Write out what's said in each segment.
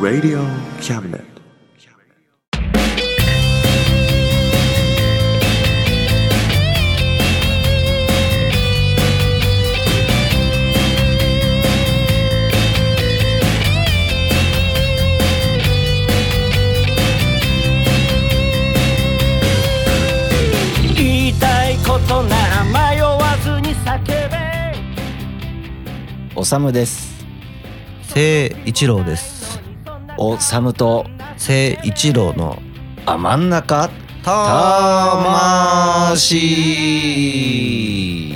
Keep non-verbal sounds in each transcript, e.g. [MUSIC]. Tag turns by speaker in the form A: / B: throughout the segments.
A: Radio Cabinet.
B: 言いたいことなら迷わずに叫べ
C: おさむです
D: 聖一郎です
C: おさむと
D: 聖一郎の
C: あ真ん中
D: 魂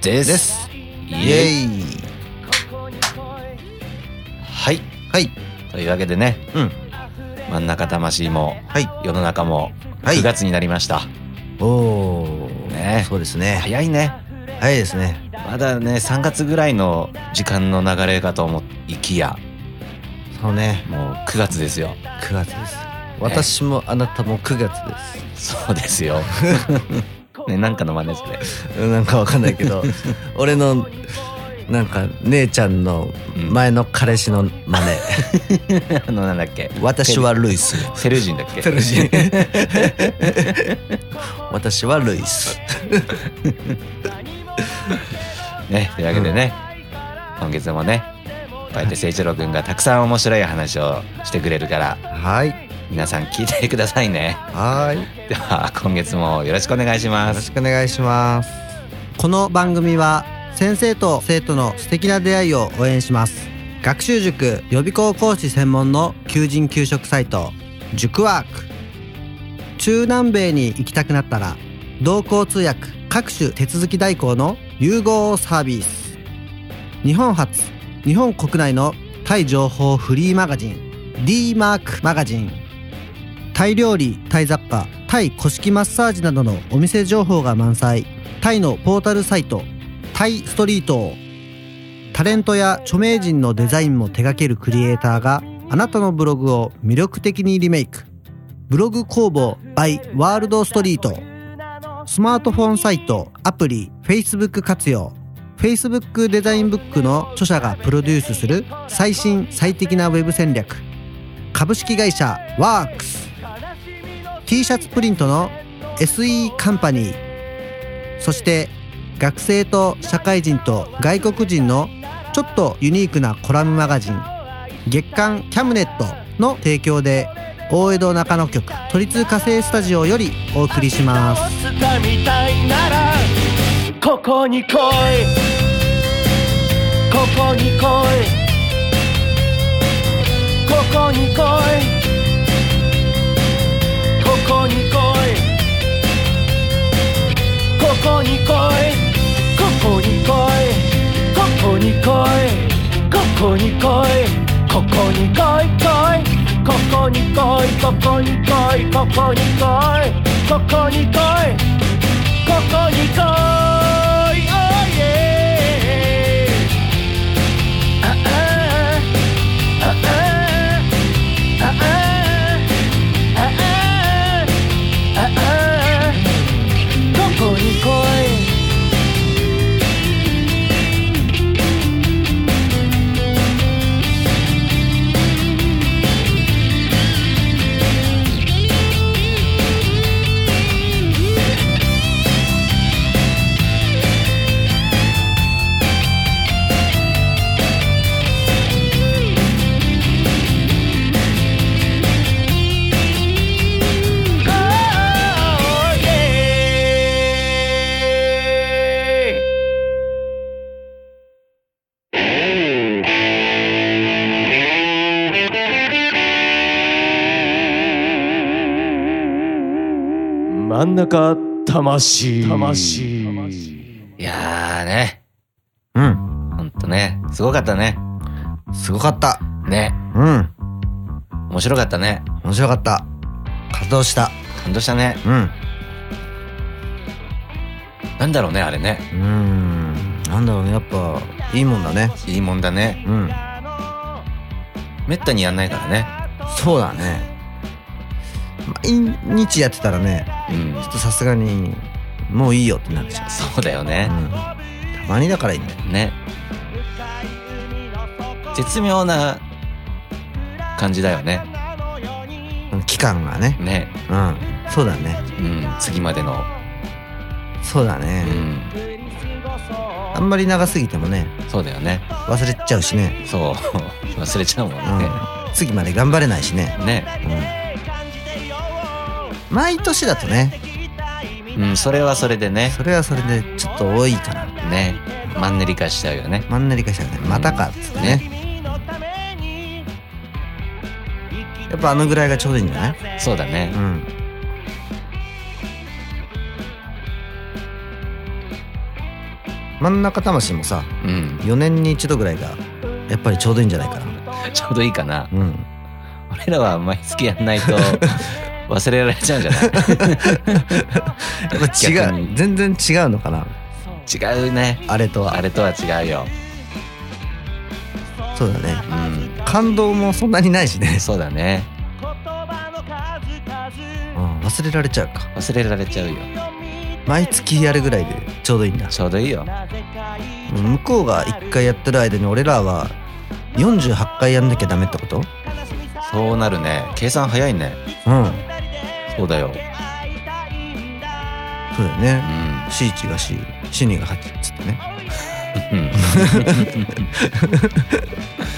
C: です
D: です
C: イ
D: イ
C: エイ
D: エイ
C: はい
D: はい
C: というわけでね
D: うん
C: 真ん中魂も
D: はい
C: 世の中も
D: はい
C: 9月になりました、
D: おお
C: ね
D: そうですね
C: 早いね
D: 早いですね
C: まだね3月ぐらいの時間の流れかと思いきや
D: そうね
C: もう9月ですよ
D: 9月です私もあなたも9月で
C: そうです
D: [LAUGHS]
C: よねなんかの真似それ
D: すうんなんかわかんないけ [LAUGHS] ど俺のなんか姉ちゃんの前の彼氏の真似 [LAUGHS]
C: [LAUGHS] あのなんだっけ
D: 私はルイス
C: セルジンだっけ
D: ルジン [LAUGHS] 私はルイス
C: [LAUGHS] ねというわけでね、今月もねこうやって誠一郎君がたくさん面白い話をしてくれるから
D: はい
C: 皆さん聞いてくださいね [LAUGHS]
D: はい
C: では今月もよろしくお願いしま
D: よろ
C: す
D: しくお願いします
E: この番組は先生と生徒の素敵な出会いを応援します学習塾予備校講師専門の求人・給食サイト塾ワーク中南米に行きたくなったら同行通訳各種手続き代行の融合サービス日本初日本国内のタイ情報フリーマガジン D マークマガジンタイ料理タイ雑貨タイ古式マッサージなどのお店情報が満載タイのポータルサイトタイストリートをタレントや著名人のデザインも手掛けるクリエイターがあなたのブログを魅力的にリメイクブログ工房 by ワールドストリートスマートフォンサイトアプリ Facebook 活用 Facebook デザインブックの著者がプロデュースする最新最適なウェブ戦略株式会社ワークス t シャツプリントの SE カンパニーそして学生と社会人と外国人のちょっとユニークなコラムマガジン月刊キャムネットの提供で大江戸中野局都立火星スタジオよりお送りします
B: 明日を捨てたみたいならここに来いここに来いここに来いここに来いここに来いここに来いここに来いここに来いここに来い来いここに来いここに来いここに来いここに来いここに来い Oh yeah ああああああああああここに来い
F: 真ん中魂魂
C: いやーね
D: うん
C: ほんとねすごかったね
D: すごかった
C: ね
D: うん
C: 面白かったね
D: 面白かった活動した
C: 感動したね
D: うん
C: なんだろうねあれね
D: うんなんだろうねやっぱいいもんだね
C: いいもんだね
D: うん
C: めったにやんないからね
D: そうだね毎日やってたらね
C: うん
D: ちょっとさすがにもういいよってなるじゃん
C: そうだよ
D: う
C: ね
D: ん、たまにだからいいんだよ
C: ね絶妙な感じだよね
D: 期間がね
C: ね
D: うんそうだね
C: うん次までの
D: そうだ
C: う
D: ね、
C: ん
D: あんまり長すぎてもね
C: そうだよね
D: 忘れちゃうしね、
C: そう [LAUGHS] 忘れちゃうもん
D: うん次まで頑張れないしね、
C: ねね
D: うん、毎年だとね
C: うんそれはそれでね
D: それはそれでちょっと多いかな
C: ねマンネリ化しちゃうよね
D: マンネリ化したねまたかっつってねやっぱあのぐらいがちょうどいいんじゃない
C: そうだね
D: うん真ん中魂もさ
C: うん
D: 4年に一度ぐらいがやっぱりちょうどいいんじゃないかな
C: [LAUGHS] ちょうどいいかな
D: うん
C: 俺らは毎月やんないと忘れられちゃうんじゃ
D: やっぱ
C: 逆
D: 違う
C: に
D: 全然違うのかな
C: ない [LAUGHS] 違うね
D: あれと
C: あ
D: は
C: れとは違うよ
D: そうだね
C: う
D: 感動もそんなにないしね
C: ん、そうだね
D: うん、忘れられちゃうか
C: 忘れられちゃうよ
D: 毎月やるぐらいでちょうどいいんだ
C: ちょうどいいよ
D: 向こうが1回やってる間に俺らは48回やんなきゃダメってこと
C: そうなるね計算早いね
D: うん
C: そうだよ
D: そうだよね
C: う
D: C1 が C C2 が8っつってね
C: んうん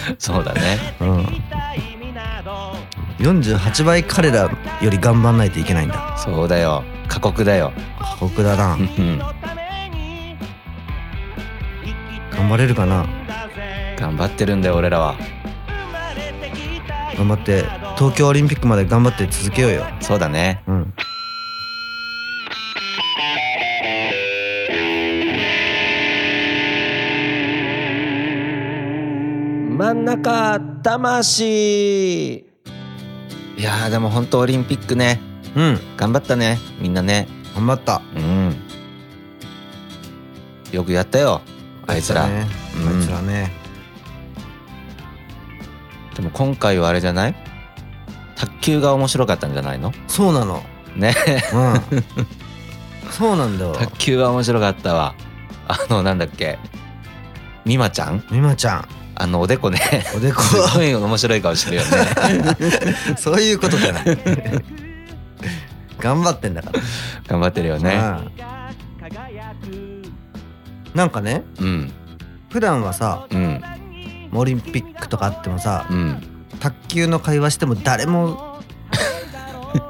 C: [LAUGHS] そうだね
D: うん48倍彼らより頑張んないといけないんだ
C: そうだよ過酷だよ
D: 過酷だな
C: うん
D: 頑張れるかな
C: 頑張ってるんだよ俺らは
D: 頑張って東京オリンピックまで頑張って続けようよ
C: そうだね
D: うん
G: 真ん中魂
C: いやーでも本当オリンピックね
D: うん
C: 頑張ったねみんなね
D: 頑張った
C: うんよくやったよあいつら、
D: ね
C: うん
D: あいつらね
C: でも今回はあれじゃない卓球が面白かったんじゃないの
D: そうなの
C: ね [LAUGHS]
D: うんそうなんだよ
C: 卓球は面白かったわあのなんだっけ美馬ちゃん
D: 美馬ちゃん
C: あのお
G: [LAUGHS]
C: でこね [LAUGHS]
D: おでこ
C: すごい面白い顔してるよね
D: そういうことじゃない [LAUGHS] 頑張ってんだから
C: 頑張ってるよね
D: うんなんかね
C: うん
D: 普段はさ
C: うん
D: オリンピックとかあってもさ [LAUGHS]
C: うん
D: 卓球の会話しても誰も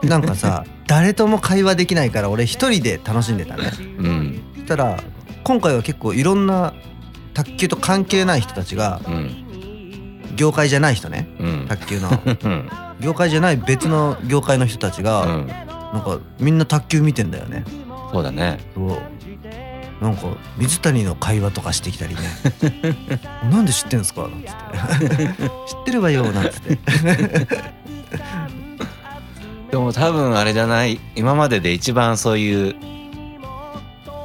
D: なん
C: [LAUGHS]
D: かさ誰とも会話できないから俺一人で楽しんでたね
C: うん
D: そしたら今回は結構いろんな卓球と関係ない人たちが
C: うん
D: 業界じゃない人ね
C: うん [LAUGHS]
D: 卓球の
C: うん
D: 業界じゃない別の業界の人たち
C: う
D: が、
C: ん
D: なんかみんな卓球見てんだよね
C: そうだね
D: そうなんか水谷の会話とかしてき
C: [LAUGHS]
D: たりね「なんで知ってんすか?」なんつって「知 [LAUGHS] ってるわよ」なんつって
C: でも多分あれじゃない今までで一番そういう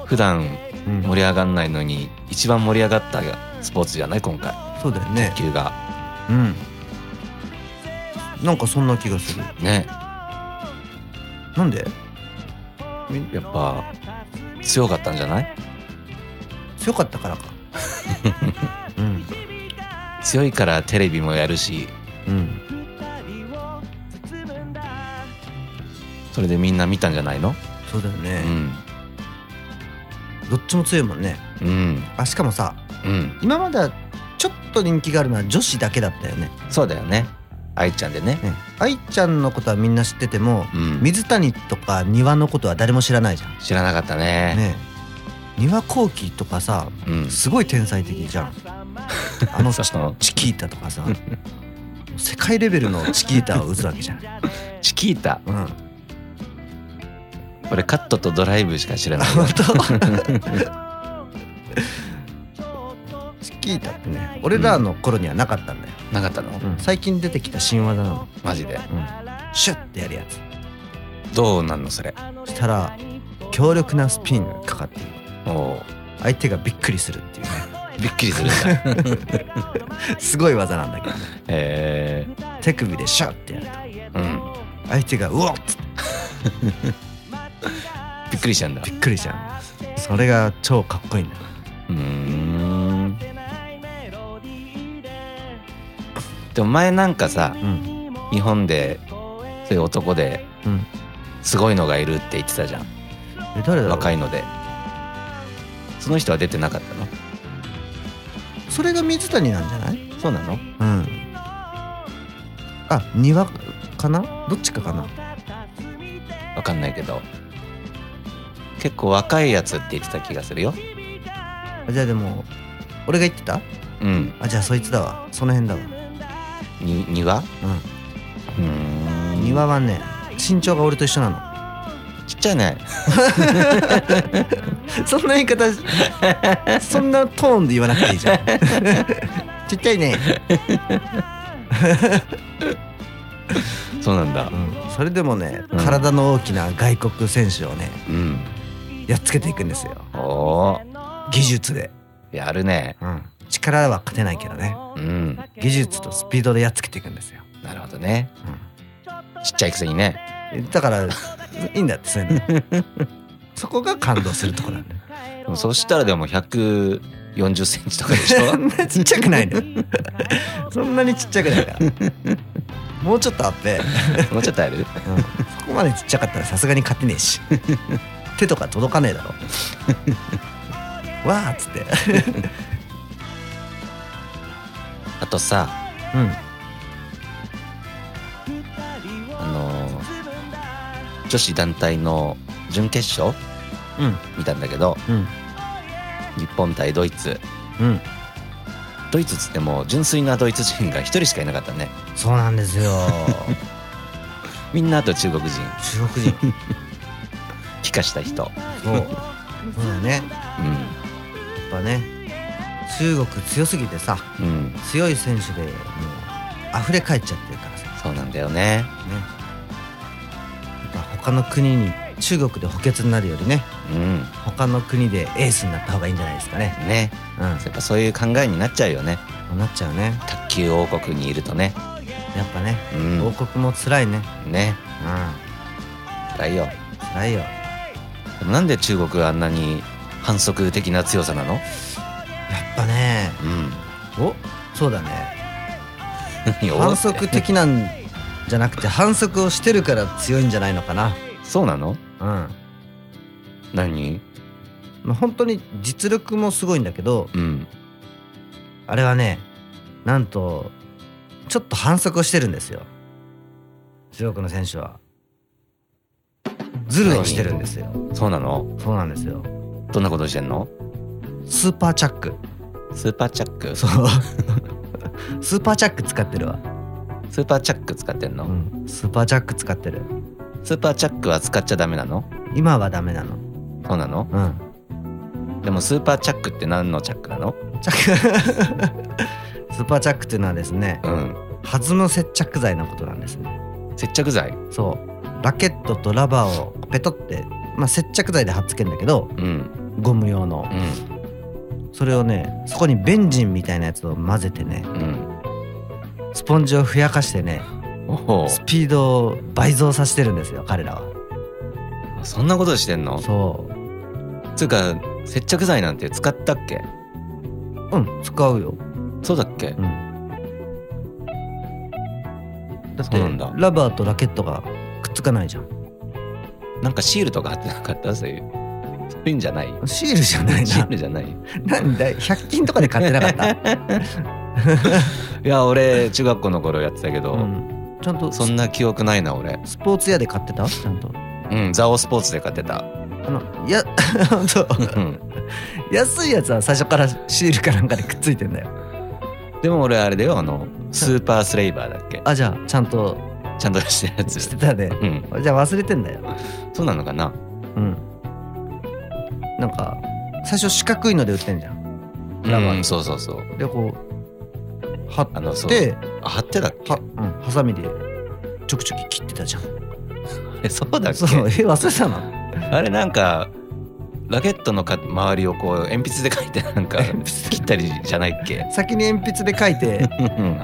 C: 普段
D: うん
C: 盛り上がんないのに一番盛り上がったスポーツじゃない今回
D: そうだよね
C: 卓球が
D: うんなんかそんな気がする
C: ね
D: なんで
C: やっぱ強かったんじゃない
D: 強かったからかうん
C: 強いからテレビもやるし
D: うん
C: それでみんな見たんじゃないの
D: そうだよ
C: う
D: ね、
C: ん
D: どっちも強いもんね
C: うん
D: あしかもさ
C: うん
D: 今まではちょっと人気があるのは女子だけだったよね
C: そうだよね愛ちゃんでね
D: ね愛ちゃんのことはみんな知ってても
C: うん
D: 水谷とか庭のことは誰も知らないじゃん
C: 知らなかったね
D: ねえ丹羽幸喜とかさ
C: うん
D: すごい天才的じゃんあの
C: そうそう
D: チキータとかさ世界レベルのチキータを打つわけじゃん、
B: [LAUGHS]
C: チキータ
D: うん、
C: [LAUGHS] 俺カットとドライブしか知らない
D: 本
C: [LAUGHS]
D: 当チキータってね俺らの頃にはなかったんだよ、
C: なかったの
D: うん最近出てきた新技なの、
C: マジで
D: うん、シュッてやるやつ
C: どうなんのそれ
D: したら強力なスピンがかかってる
C: おう
D: 相手がびっくりするっていうね
C: びっくりするん [LAUGHS] だ
D: [LAUGHS] すごい技なんだけどね
C: え
D: 手首でシュッてやると
C: ー、うん
D: 相手がうわっつって
C: びっくりしたんだ
D: びっくりしちゃうそれが超かっこいいんだ
C: うーんでも前なんかさ、
B: ん
C: 日本でそういう男で
B: うん
C: すごいのがいるって言ってたじゃん
B: え誰だろう
C: 若いのでその人は出てなかったの
D: それが水谷なんじゃない
C: そうなの
B: うんあ庭かなどっちかかな
C: わかんないけど結構若いやつって言ってた気がするよ
B: あじゃあでも俺が言ってた
C: うん
B: あじゃあそいつだわその辺だわ
C: に庭うーん
B: 庭はね身長が俺と一緒なの
C: ちっちゃいね
B: そんな言い方しそんなトーンで言わなくていいじゃんちっちゃいね、
C: そうなん
B: う
C: だ
B: ん、それでもね
C: うん
B: 体の大きな外国選手をね
C: うん
B: やっつけていくんですよ
C: お
B: 技術で、
C: ーやるね
B: うん、力は勝てないけどね
C: うん
B: 技術とスピードでやっつけていくんですよ、
C: なるほどねちっちゃいくせにね
B: うん、だからいいんだってそういうのそこが感動するとこなんだよ
C: でもそしたらでも140センチとかでしょ
B: [LAUGHS]
D: [LAUGHS]
B: そんなちっちゃくないのよそんなにちっちゃくないからもうちょっとあって、
C: もうちょっとある
B: うん、そこまでちっちゃかったらさすがに勝てねえ
D: [LAUGHS]
B: し手とか届かねえだろわーっつって
C: あとさ
B: うん
C: あのー女子団体の準決勝
B: うん
C: 見たんだけど
B: うん
C: 日本対ドイツ
B: うん
C: ドイツっつっても純粋なドイツ人が一人しかいなかったね
B: そうなんですよ
C: みんなあと中国人
B: 中国人
C: 帰化した人
B: そうそうだよねやっぱね
D: 中国強すぎてさ
C: うんうん
D: 強い選手でもう溢れ返っちゃってるからさ
C: そうなんだよね
D: やっぱ他の国に中国で補欠になるよりね
C: うん
D: 他の国でエースになった方がいいんじゃないですかね
C: ねやっぱそういう考えになっちゃうよね
D: うんなっちゃうね
C: 卓球王国にいるとね
D: やっぱね
C: う
D: 王
C: ん
D: 国も辛いね
C: ね
D: う
C: 辛いよ
D: ん辛いよ
C: でもなんで中国はあんなに反則的な強さなの
D: やっぱね
C: うん
D: おそうだね
C: 何を
D: 反則的なんじゃなくて反則をしてるから強いんじゃないのかな
C: [LAUGHS] そうなの
D: うん
C: 何
D: まあ本当に実力もすごいんだけど
C: うん
D: あれはねなんとちょっと反則をしてるんですよ中国の選手はズルをしてるんですよ
C: そうなの
D: そうなんですよ
C: どんなことしてんの
D: スーパーチャック
C: スーパーチャック
D: そうスーパーチャック使ってるわ、
C: スーパーチャック使ってんの、
D: うん、スーパーチャック使ってる
C: スーパーチャックは使っちゃダメなの
D: 今はダメなの
C: そうなの
D: うん
C: でもスーパーチャックって何のチャックなの
D: チャックスーパーチャックっていうのはですね
C: うん
D: 弾む接着剤のことなんですね
C: 接着剤
D: そうラケットとラバーをペトって、まあ、接着剤で貼っつけるんだけど
C: うん
D: ゴム用の
C: うん
D: それをねそこにベンジンみたいなやつを混ぜてね
C: うん
D: スポンジをふやかしてね
C: おお
D: スピードを倍増させてるんですよ彼らは
C: そんなことしてんの
D: そ
C: つうか接着剤なんて使ったっけ
D: ううん使うよ
C: そうだっけ
D: うんだっ
C: そう
D: て
C: なんだ
D: ラバーとラケットがくっつかないじゃん
C: なんかシールとか貼ってなかったそういうそういうんじゃない
D: シールじゃ [LAUGHS] ない
C: シー
D: な
C: ルじゃないい
D: なんだ100均とかで買ってなか
C: [LAUGHS]
D: った、
C: や俺中学校の頃やってたけど、
D: うんちゃんと
C: そんな記憶ないな俺
D: スポーツ屋で買ってたちゃんと
C: うんザオスポーツで買ってた
D: あのいや [LAUGHS] 本当
C: うん
D: 安いやつは最初からシールかなんかでくっついてんだよ
C: でも俺あれだよあのスーパースレイバーだっけ
D: あじゃあちゃんと
C: ちゃんとしてるやつ
D: してたね
C: うん
D: じゃあ忘れてんだよ
C: そうなのかな
D: うんなんか最初四角いので売ってんじゃんラバー
C: うんそうそうそう
D: でこう貼
C: あのそ
D: っ
C: う
D: て
C: あ貼ってたっけ
D: は、うん、ハサミでちょくちょく切ってたじゃん
C: えそうだっ
D: そう
C: け
D: え忘れたの
C: あれなんかラケットのか周りをこう鉛筆で書いてなんか切ったりじゃないっけ
D: 先に鉛筆で書い
C: [LAUGHS]
D: て
C: うん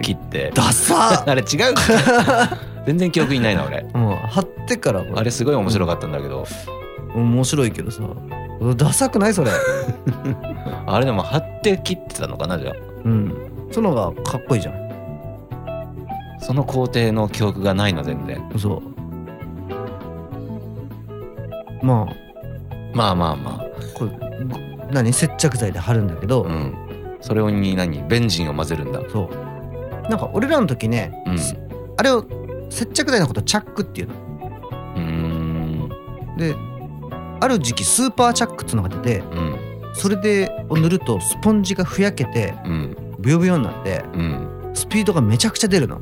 C: 切って
D: ダサ
C: あれ違うか全然記憶にないな俺
D: ーもう貼ってから
C: あれすごい面白かったんだけど
D: 面白いけどさダサくないそれ
C: あれでも貼って切ってたのかなじゃあ
D: うんその方がかっこいいじゃん
C: その工程の記憶がないの全然
D: そうまあ
C: まあまあま
D: これご何接着剤で貼るんだけど、
C: あうんそれに何ベンジンを混ぜるんだ
D: そうなんか俺らの時ね、
C: うん
D: すあれを接着剤のことチャックっていうの
C: うーん
D: である時期スーパーチャックっていうのが出て
C: うん
D: それでを塗るとスポンジがふやけて
C: うん
D: ブヨブヨになって
C: うん
D: スピードがめちゃくちゃ出るの、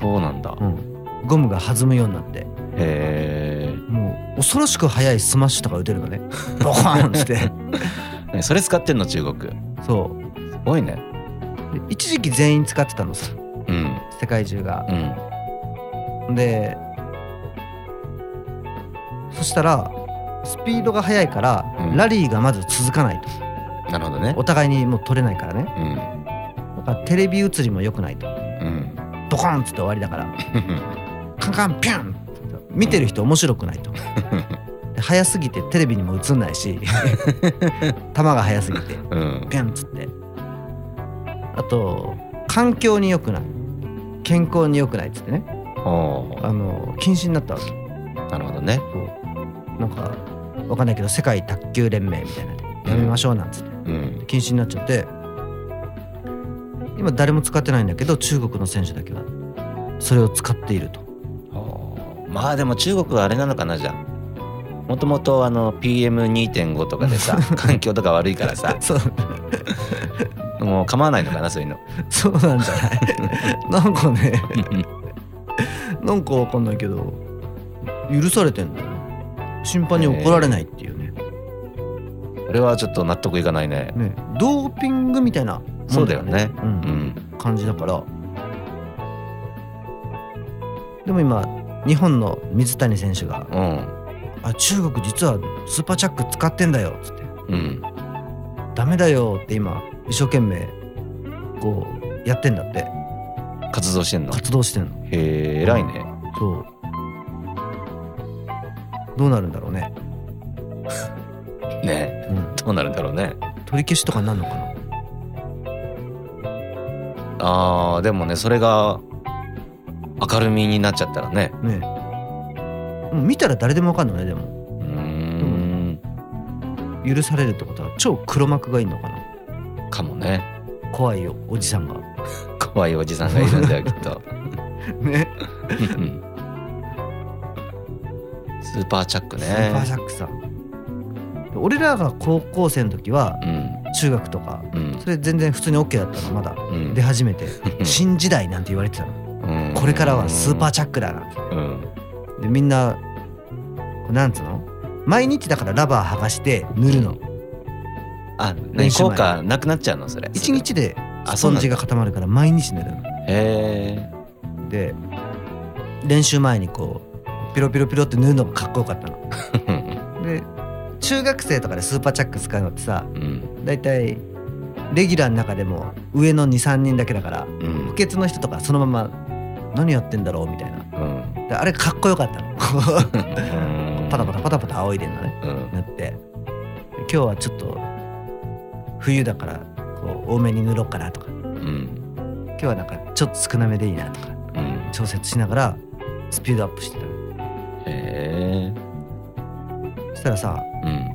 C: そうなんだ
D: うん、ゴムが弾むようになって
C: へ
D: もう恐ろしく速いスマッシュとか打てる
C: [LAUGHS]
D: のねボコーンって
C: えそれ使ってんの中国す
D: そ
C: ごいね
D: うで一時期全員使ってたのさ
C: うん
D: 世界中が
C: うん
D: でそしたらスピードが速いから
C: うん
D: ラリーがまず続かないと
C: なるほどね
D: お互いにもう取れないからね
C: うん
D: だからテレビ映りも良くないと
C: うん
D: ドコンっつって終わりだ
C: [LAUGHS]
D: からカンカンピュン見てる人面白
C: [LAUGHS]
D: くないとで早すぎてテレビにも映んないし球が速すぎて
C: うん
D: ピュンっつってあと環境に良くない健康に良くないっつってね
C: おー
D: あの禁止になったわけ
C: なるほどね
D: そうなんかわかんないけど世界卓球連盟みたいなのでやめましょうなんつって
C: うん
D: 禁止になっちゃって今誰も使ってないんだけど中国の選手だけはそれを使っていると
C: まあでも中国はあれなのかなじゃあもともとあの PM2.5 とかで [LAUGHS] さ環境とか悪いからさ
D: [LAUGHS] そう
C: もう構わないのかなそういうの
D: そうなんじゃない [LAUGHS] なんかねなんかわかんないけど許されてんだよ審判に怒られないっていうね,、
C: これはちょっと納得いかないね
D: ねドーピングみたいなもん
C: そうだよね
D: う
C: うんん
D: 感じだからでも今日本の水谷選手が
C: うん
D: 「あ中国実はスーパーチャック使ってんだよ」つって
C: うん
D: 「ダメだよ」って今一生懸命こうやってんだって
C: 活動してんのへ
D: 活動してんの
C: え偉いね
D: そうどうなるんだろうね、
C: ね
D: うん、
C: どうなるんだろうね
D: 取り消しとかになるのかな
C: あーでもねそれが明るみになっちゃったらね
D: ねえうん見たら誰でもわかんのねでも
C: うーん
D: 許されるってことは超黒幕がいいのかな
C: かもね
D: 怖いよおじさんが
C: 怖いおじさんがいるん
D: [LAUGHS]
C: だよきっと
D: ね
C: うんスーパーチャックね
D: スーパージャックさん俺らが高校生の時は中学とか
C: うん
D: それ全然普通に OK だったのまだ
C: うんうん
D: 出始めて
C: ん
D: 新時代なんて言われてたの
C: うん
D: これからはスーパーチャックだなんて
C: うん
D: でみんなこうなんつうの毎日だからラバー剥がして塗るの
C: あ
D: 練
C: 何
D: 習前
C: 効果なくなっちゃうのそれ
D: 一日で
C: あ
D: ス
C: そう
D: ポン
C: なんだ
D: ジが固まるから毎日塗るの
C: へえ
D: で練習前にこうピロピロピロって縫うのがかっこよかったの。で中学生とかでスーパーチャック使うのってさ
C: うん
D: 大体レギュラーの中でも上の23人だけだから
C: うん
D: 補欠の人とかそのまま何やってんだろうみたいな
C: うん
D: であれかっこよかったの [LAUGHS] こう
C: うん
D: パタパタパタパタ仰いでんのね
C: うん
D: 塗ってで今日はちょっと冬だからこう多めに塗ろうかなとか
C: うん
D: 今日はなんかちょっと少なめでいいなとか
C: うん
D: 調節しながらスピードアップしてたの
C: へえ
D: そしたらさ
C: うん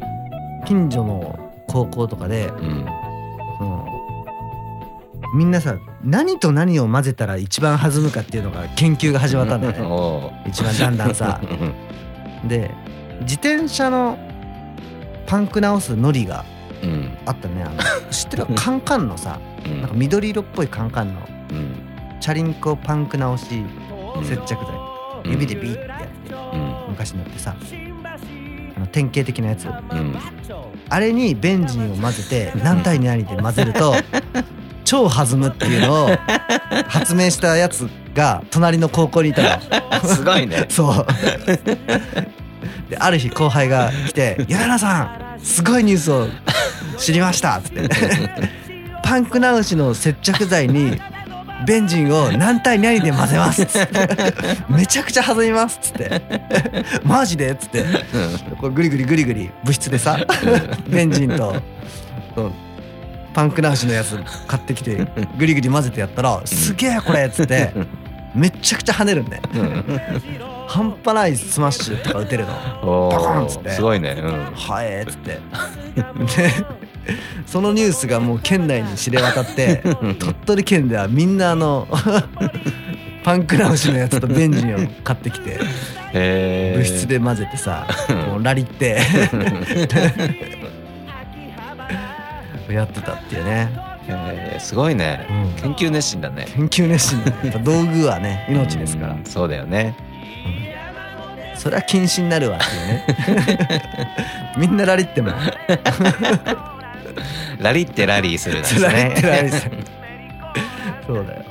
D: 近所の高校とかで
C: うん
D: そのみんなさ何と何を混ぜたら一番弾むかっていうのが研究が始まったんだよね
C: おう
D: 一番だんだ
C: [LAUGHS]
D: んさ
C: うん
D: で自転車のパンク直すノリが
C: うん
D: あったねあの知ってるカンカンのさ
C: うん
D: なんか緑色っぽいカンカンの
C: うん
D: チャリンコパンク直し接着剤
C: うん
D: 指でビーってやっ
C: う
D: て
C: ん
D: 昔のってさあの典型的なやつ
C: うん
D: あれにベンジンを混ぜて何対何で混ぜると超弾むっていうのを発明したやつが隣の高校にいたの
C: すごいね
D: そうである日後輩が来て「柳原さんすごいニュースを知りました」
C: [LAUGHS]
D: っつって「パンク直しの接着剤にベンジンを何対何で混ぜます」っつって「めちゃくちゃ弾みます」っつって「マジで?」っつってこうグリグリグリグリ部室でさベンジンとうんパンク直しのやつ買ってきてグリグリ混ぜてやったら「すげえこれ!」っつってめちゃくちゃ跳ねるんで
C: うん
D: 半
C: [LAUGHS]
D: 端ないスマッシュとか打てるのは
C: お
D: パコンっつっ
C: ー
D: て
C: すごいねうん
D: えーっつってでそのニュースがもう県内に知れ渡って鳥取県ではみんなあの [LAUGHS] パンク直しのやつとベンジンを買ってきて
C: へー
D: 物質で混ぜてさもうラリって
C: [LAUGHS]
D: やってたっていうね
C: へーすごいね
D: うん
C: 研究熱心だね
D: 研究熱心だねやっぱ道具はね命ですから
C: うんそうだよね
D: それは禁止になるわっていうね [LAUGHS] みんなラリっても
C: [LAUGHS] ラリってラリーするなんですね
D: ラリってラリするそう
C: [LAUGHS]
D: だよ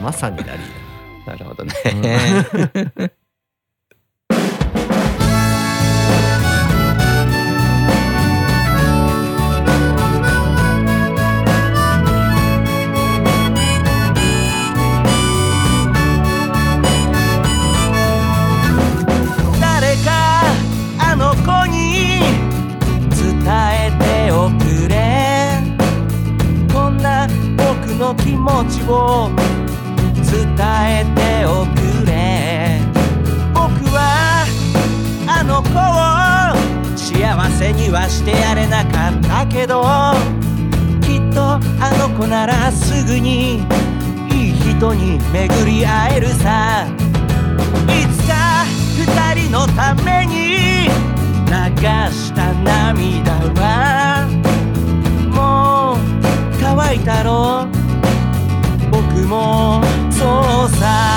D: まさにラリ
C: なるほどね。
B: 誰かあの子に伝えておくれこんな僕の気持ちを伝えておくれ僕はあの子を幸せにはしてやれなかったけどきっとあの子ならすぐにいい人に巡り会えるさいつか二人のために流した涙はもう乾いたろ僕もそうさ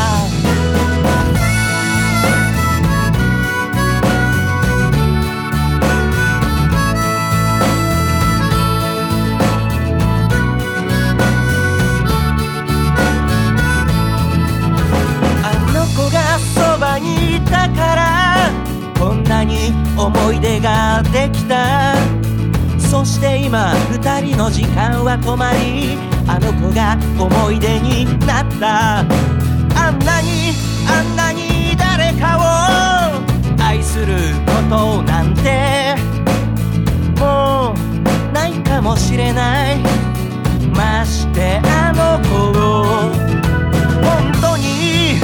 B: あの子がそばにいたからこんなに思い出ができたそして今二人の時間は止まりあの子が思い出になったあんなにあんなに誰かを愛することなんてもうないかもしれないましてあの子を本当に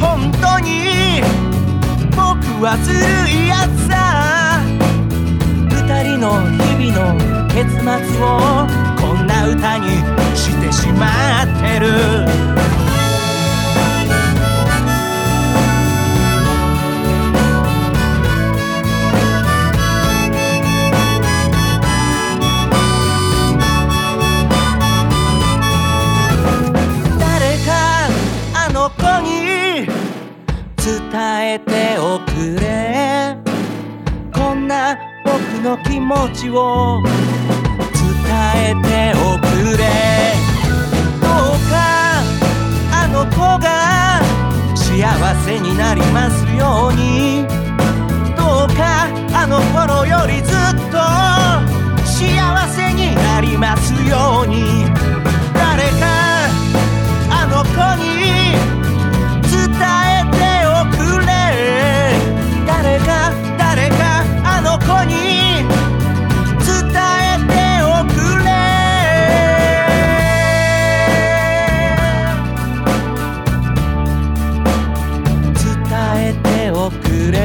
B: 本当に僕はずるいやつさ二人の日々の結末をこんな歌にしてしまってる誰かあの子に伝えておくれこんな僕の気持ちを伝えておくれどうかあの子が幸せになりますようにどうかあの頃よりずっと幸せになりますように誰かあの子に伝えておくれ誰か誰かあの子に伝えておくれ伝えておくれ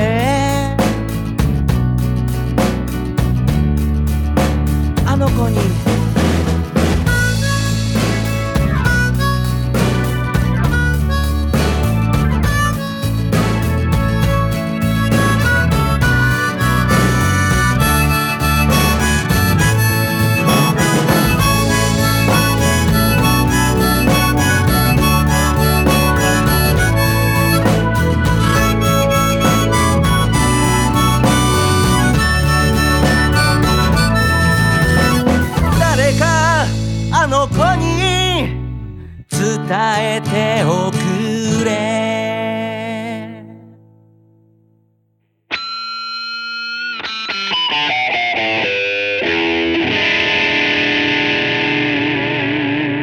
B: あの子に誰かあの子に伝えておくれ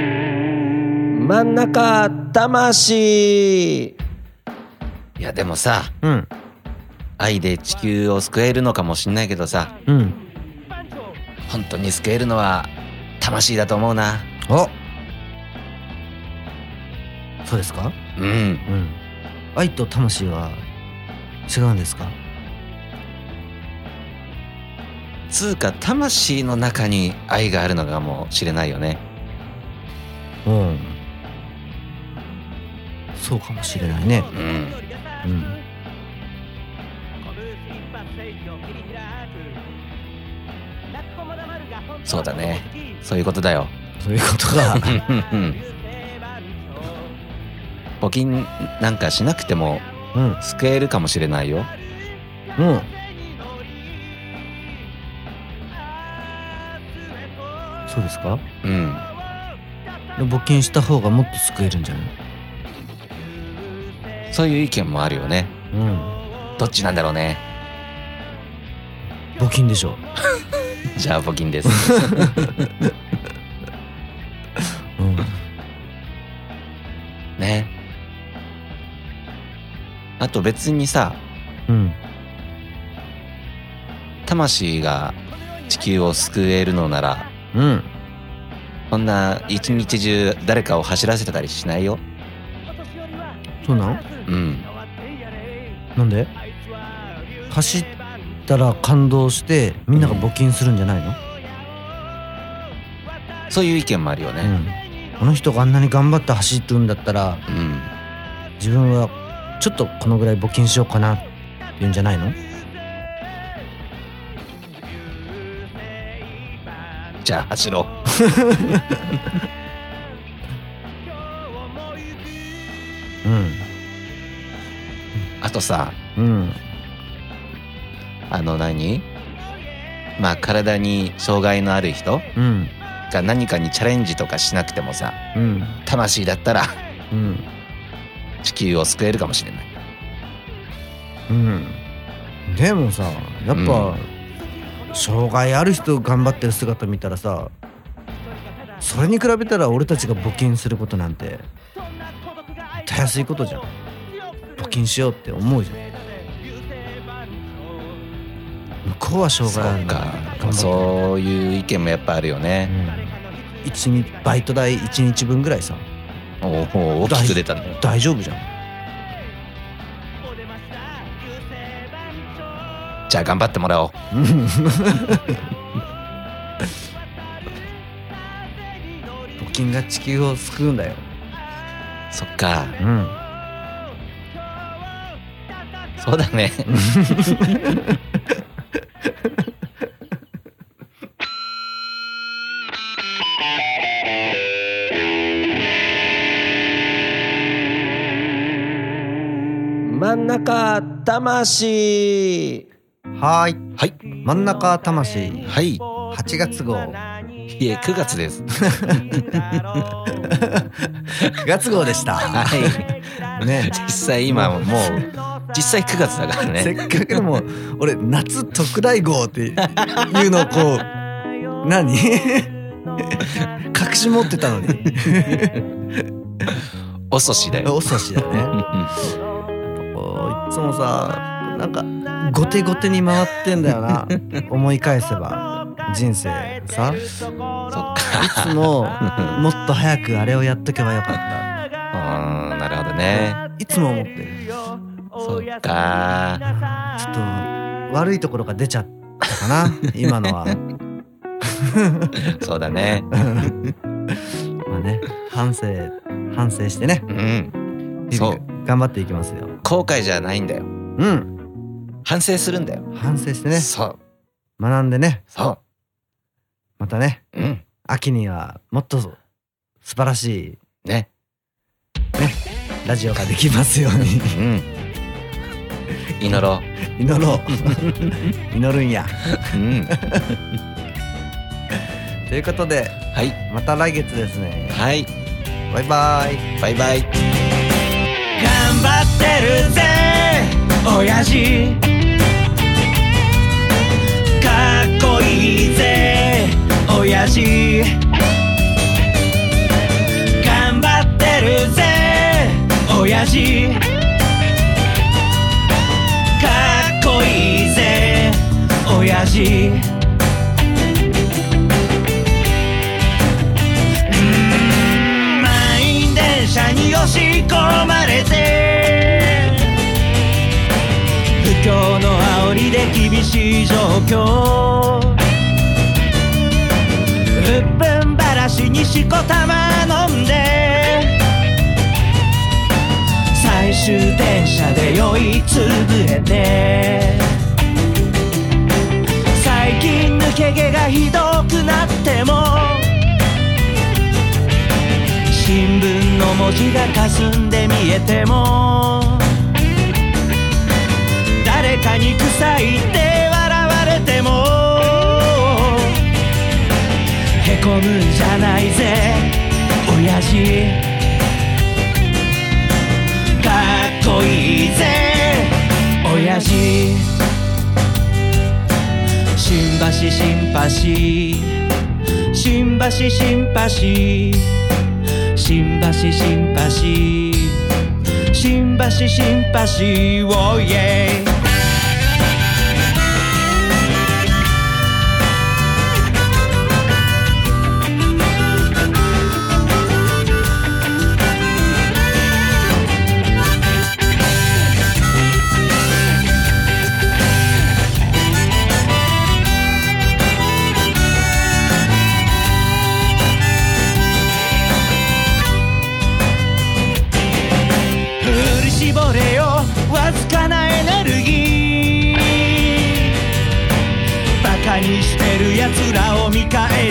F: 真ん中魂
C: いやでもさ、
D: ん
C: 愛で地球を救えるのかもしんないけどさ、
D: ーうん
C: 本当に救えるのは魂だと思うな。
D: おそうですか
C: うん。
D: うん愛と魂は違うんですか
C: つうか、魂の中に愛があるのかもしれないよね。
D: うんそうかもしれないね
C: うん。
D: うん
C: そうだね。そういうことだよ。
D: そういうことが
C: 募金なんかしなくても
D: [LAUGHS] うん
C: 救えるかもしれないよ。
D: うんそうですか
C: うん。
D: 募金した方がもっと救えるんじゃない
C: そういう意見もあるよね。
D: うん
C: どっちなんだろうね。
D: 募金でしょ
C: じゃあ募金です。 [LAUGHS]
D: うん
C: ね。あと別にさ、
D: うん
C: 魂が地球を救えるのなら、
D: うん
C: こんな一日中誰かを走らせてたりしないよ。
D: そうなん
C: うん。
D: なんで走ったら感動してみんなが募金するんじゃないの、
C: そういう意見もあるよね。
D: うん、この人があんなに頑張って走ってるんだったら
C: うん。
D: 自分はちょっとこのぐらい募金しようかなって言うんじゃないの
C: じゃあ走ろう。あとさ、
D: うんうん
C: あの何まあ体に障害のある人
D: うん
C: が何かにチャレンジとかしなくてもさ、
D: うん
C: 魂だったら [LAUGHS]
D: うん
C: 地球を救えるかもしれない。
D: うんでもさやっぱ、障害ある人頑張ってる姿見たらさそれに比べたら俺たちが募金することなんてたやすいことじゃん募金しようって思うじゃん向こうは障
C: そ
D: 害ある
C: うん
D: だから
C: か。
D: 頑張って
C: そういう意見もやっぱあるよね。
D: うん一日バイト代1日分ぐらいさ
C: おお大きく出たね。
D: 大丈夫じゃん
C: じゃあ頑張ってもらおう。
D: 募金が地球を救うんだよ
C: そっか。
D: うん
C: そうだね。
F: 真ん中魂
E: はーい
C: はい。
D: 真ん中魂
C: はい。
E: 8月号
C: いえ、9月です。
D: 9月号でした
E: [LAUGHS]
C: はい。
D: ね
C: 実際今もう、実際9月だから
D: せ
C: ね
D: っ。かくでも俺夏特大号っていうのをこう何隠し持ってたのに
C: 遅しだよ。
D: 遅しだね
C: う
D: こういつもさなんか後手後手に回ってんだよな思い返せば人生さい
C: んそっか。
D: つももっと早くあれをやっとけばよかっ
C: う
D: た
C: ーん、なるほどね。
D: いつも思ってるちょ
C: そっか。
D: っと悪いところが出ちゃった
C: [LAUGHS]
D: かな今のは [LAUGHS]
C: そうだね。
D: まあね反省反省してね
C: うん。
D: 日々
C: そう
D: 頑張っていきますよ
C: 後悔じゃないんだよ。
D: うん
C: 反省するんだよ。
D: 反省してね
C: そう。
D: 学んでね
C: そ
D: またね
C: う。うん。
D: 秋にはもっと素晴らしい
C: ね。
D: ラジオができますよう
C: [LAUGHS]
D: に
C: うん。祈ろ
D: 祈ろう [LAUGHS] 祈るんや
C: う。うん。
D: ということで
C: はい。
D: また来月ですね
C: はい。
D: バイバイ
C: バイバイ。
B: 頑張ってるぜ親父かっこいいぜ親父頑張ってるぜ親父かっこいいぜ親父満員電車に押し込まれて不況の煽りで厳しい状況うっぷんばらしにしこたま飲んで最終電車で酔いつぶれて最近抜け毛がひどくなっても新聞の文字が霞んで見えても誰かに臭いって笑われてもへこむんじゃないぜ親父かっこいいぜ親父新橋シンパシー新橋シンパシー新橋シンパシー新橋シンパシーをイェイ振り絞れよわずかなエネルギーバカにしてるやつらを見返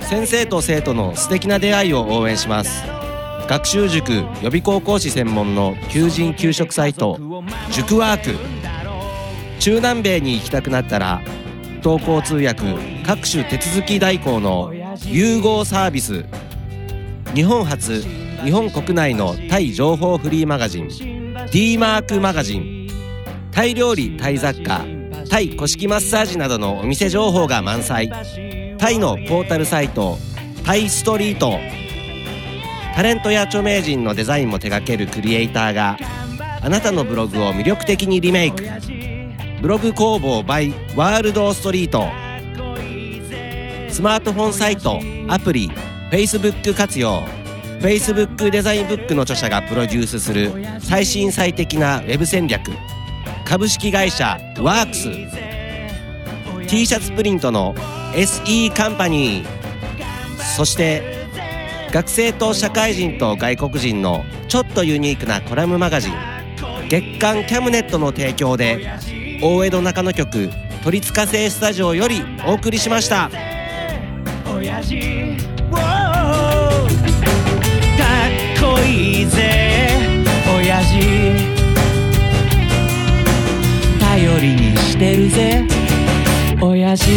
C: 先生と生徒の素敵な出会いを応援します学習塾予備高校師専門の求人・求職サイト塾ワーク中南米に行きたくなったら同行通訳各種手続き代行の融合サービス日本初日本国内のタイ情報フリーマガジン d マークマガジンタイ料理タイ雑貨タイ古式マッサージなどのお店情報が満載タイのポータルサイトタイストリートタレントや著名人のデザインも手掛けるクリエイターがあなたのブログを魅力的にリメイクブログ工房 by ワールドストリートスマートフォンサイトアプリ Facebook 活用 Facebook デザインブックの著者がプロデュースする最新最適なウェブ戦略株式会社ワークス T シャツプリントの SE カンパニーそして学生と社会人と外国人のちょっとユニークなコラムマガジン月刊キャムネットの提供で大江戸中野局「鳥塚製スタジオ」よりお送りしました。
B: 親父 Wow かっこいいぜ親父頼りにしてるぜ親父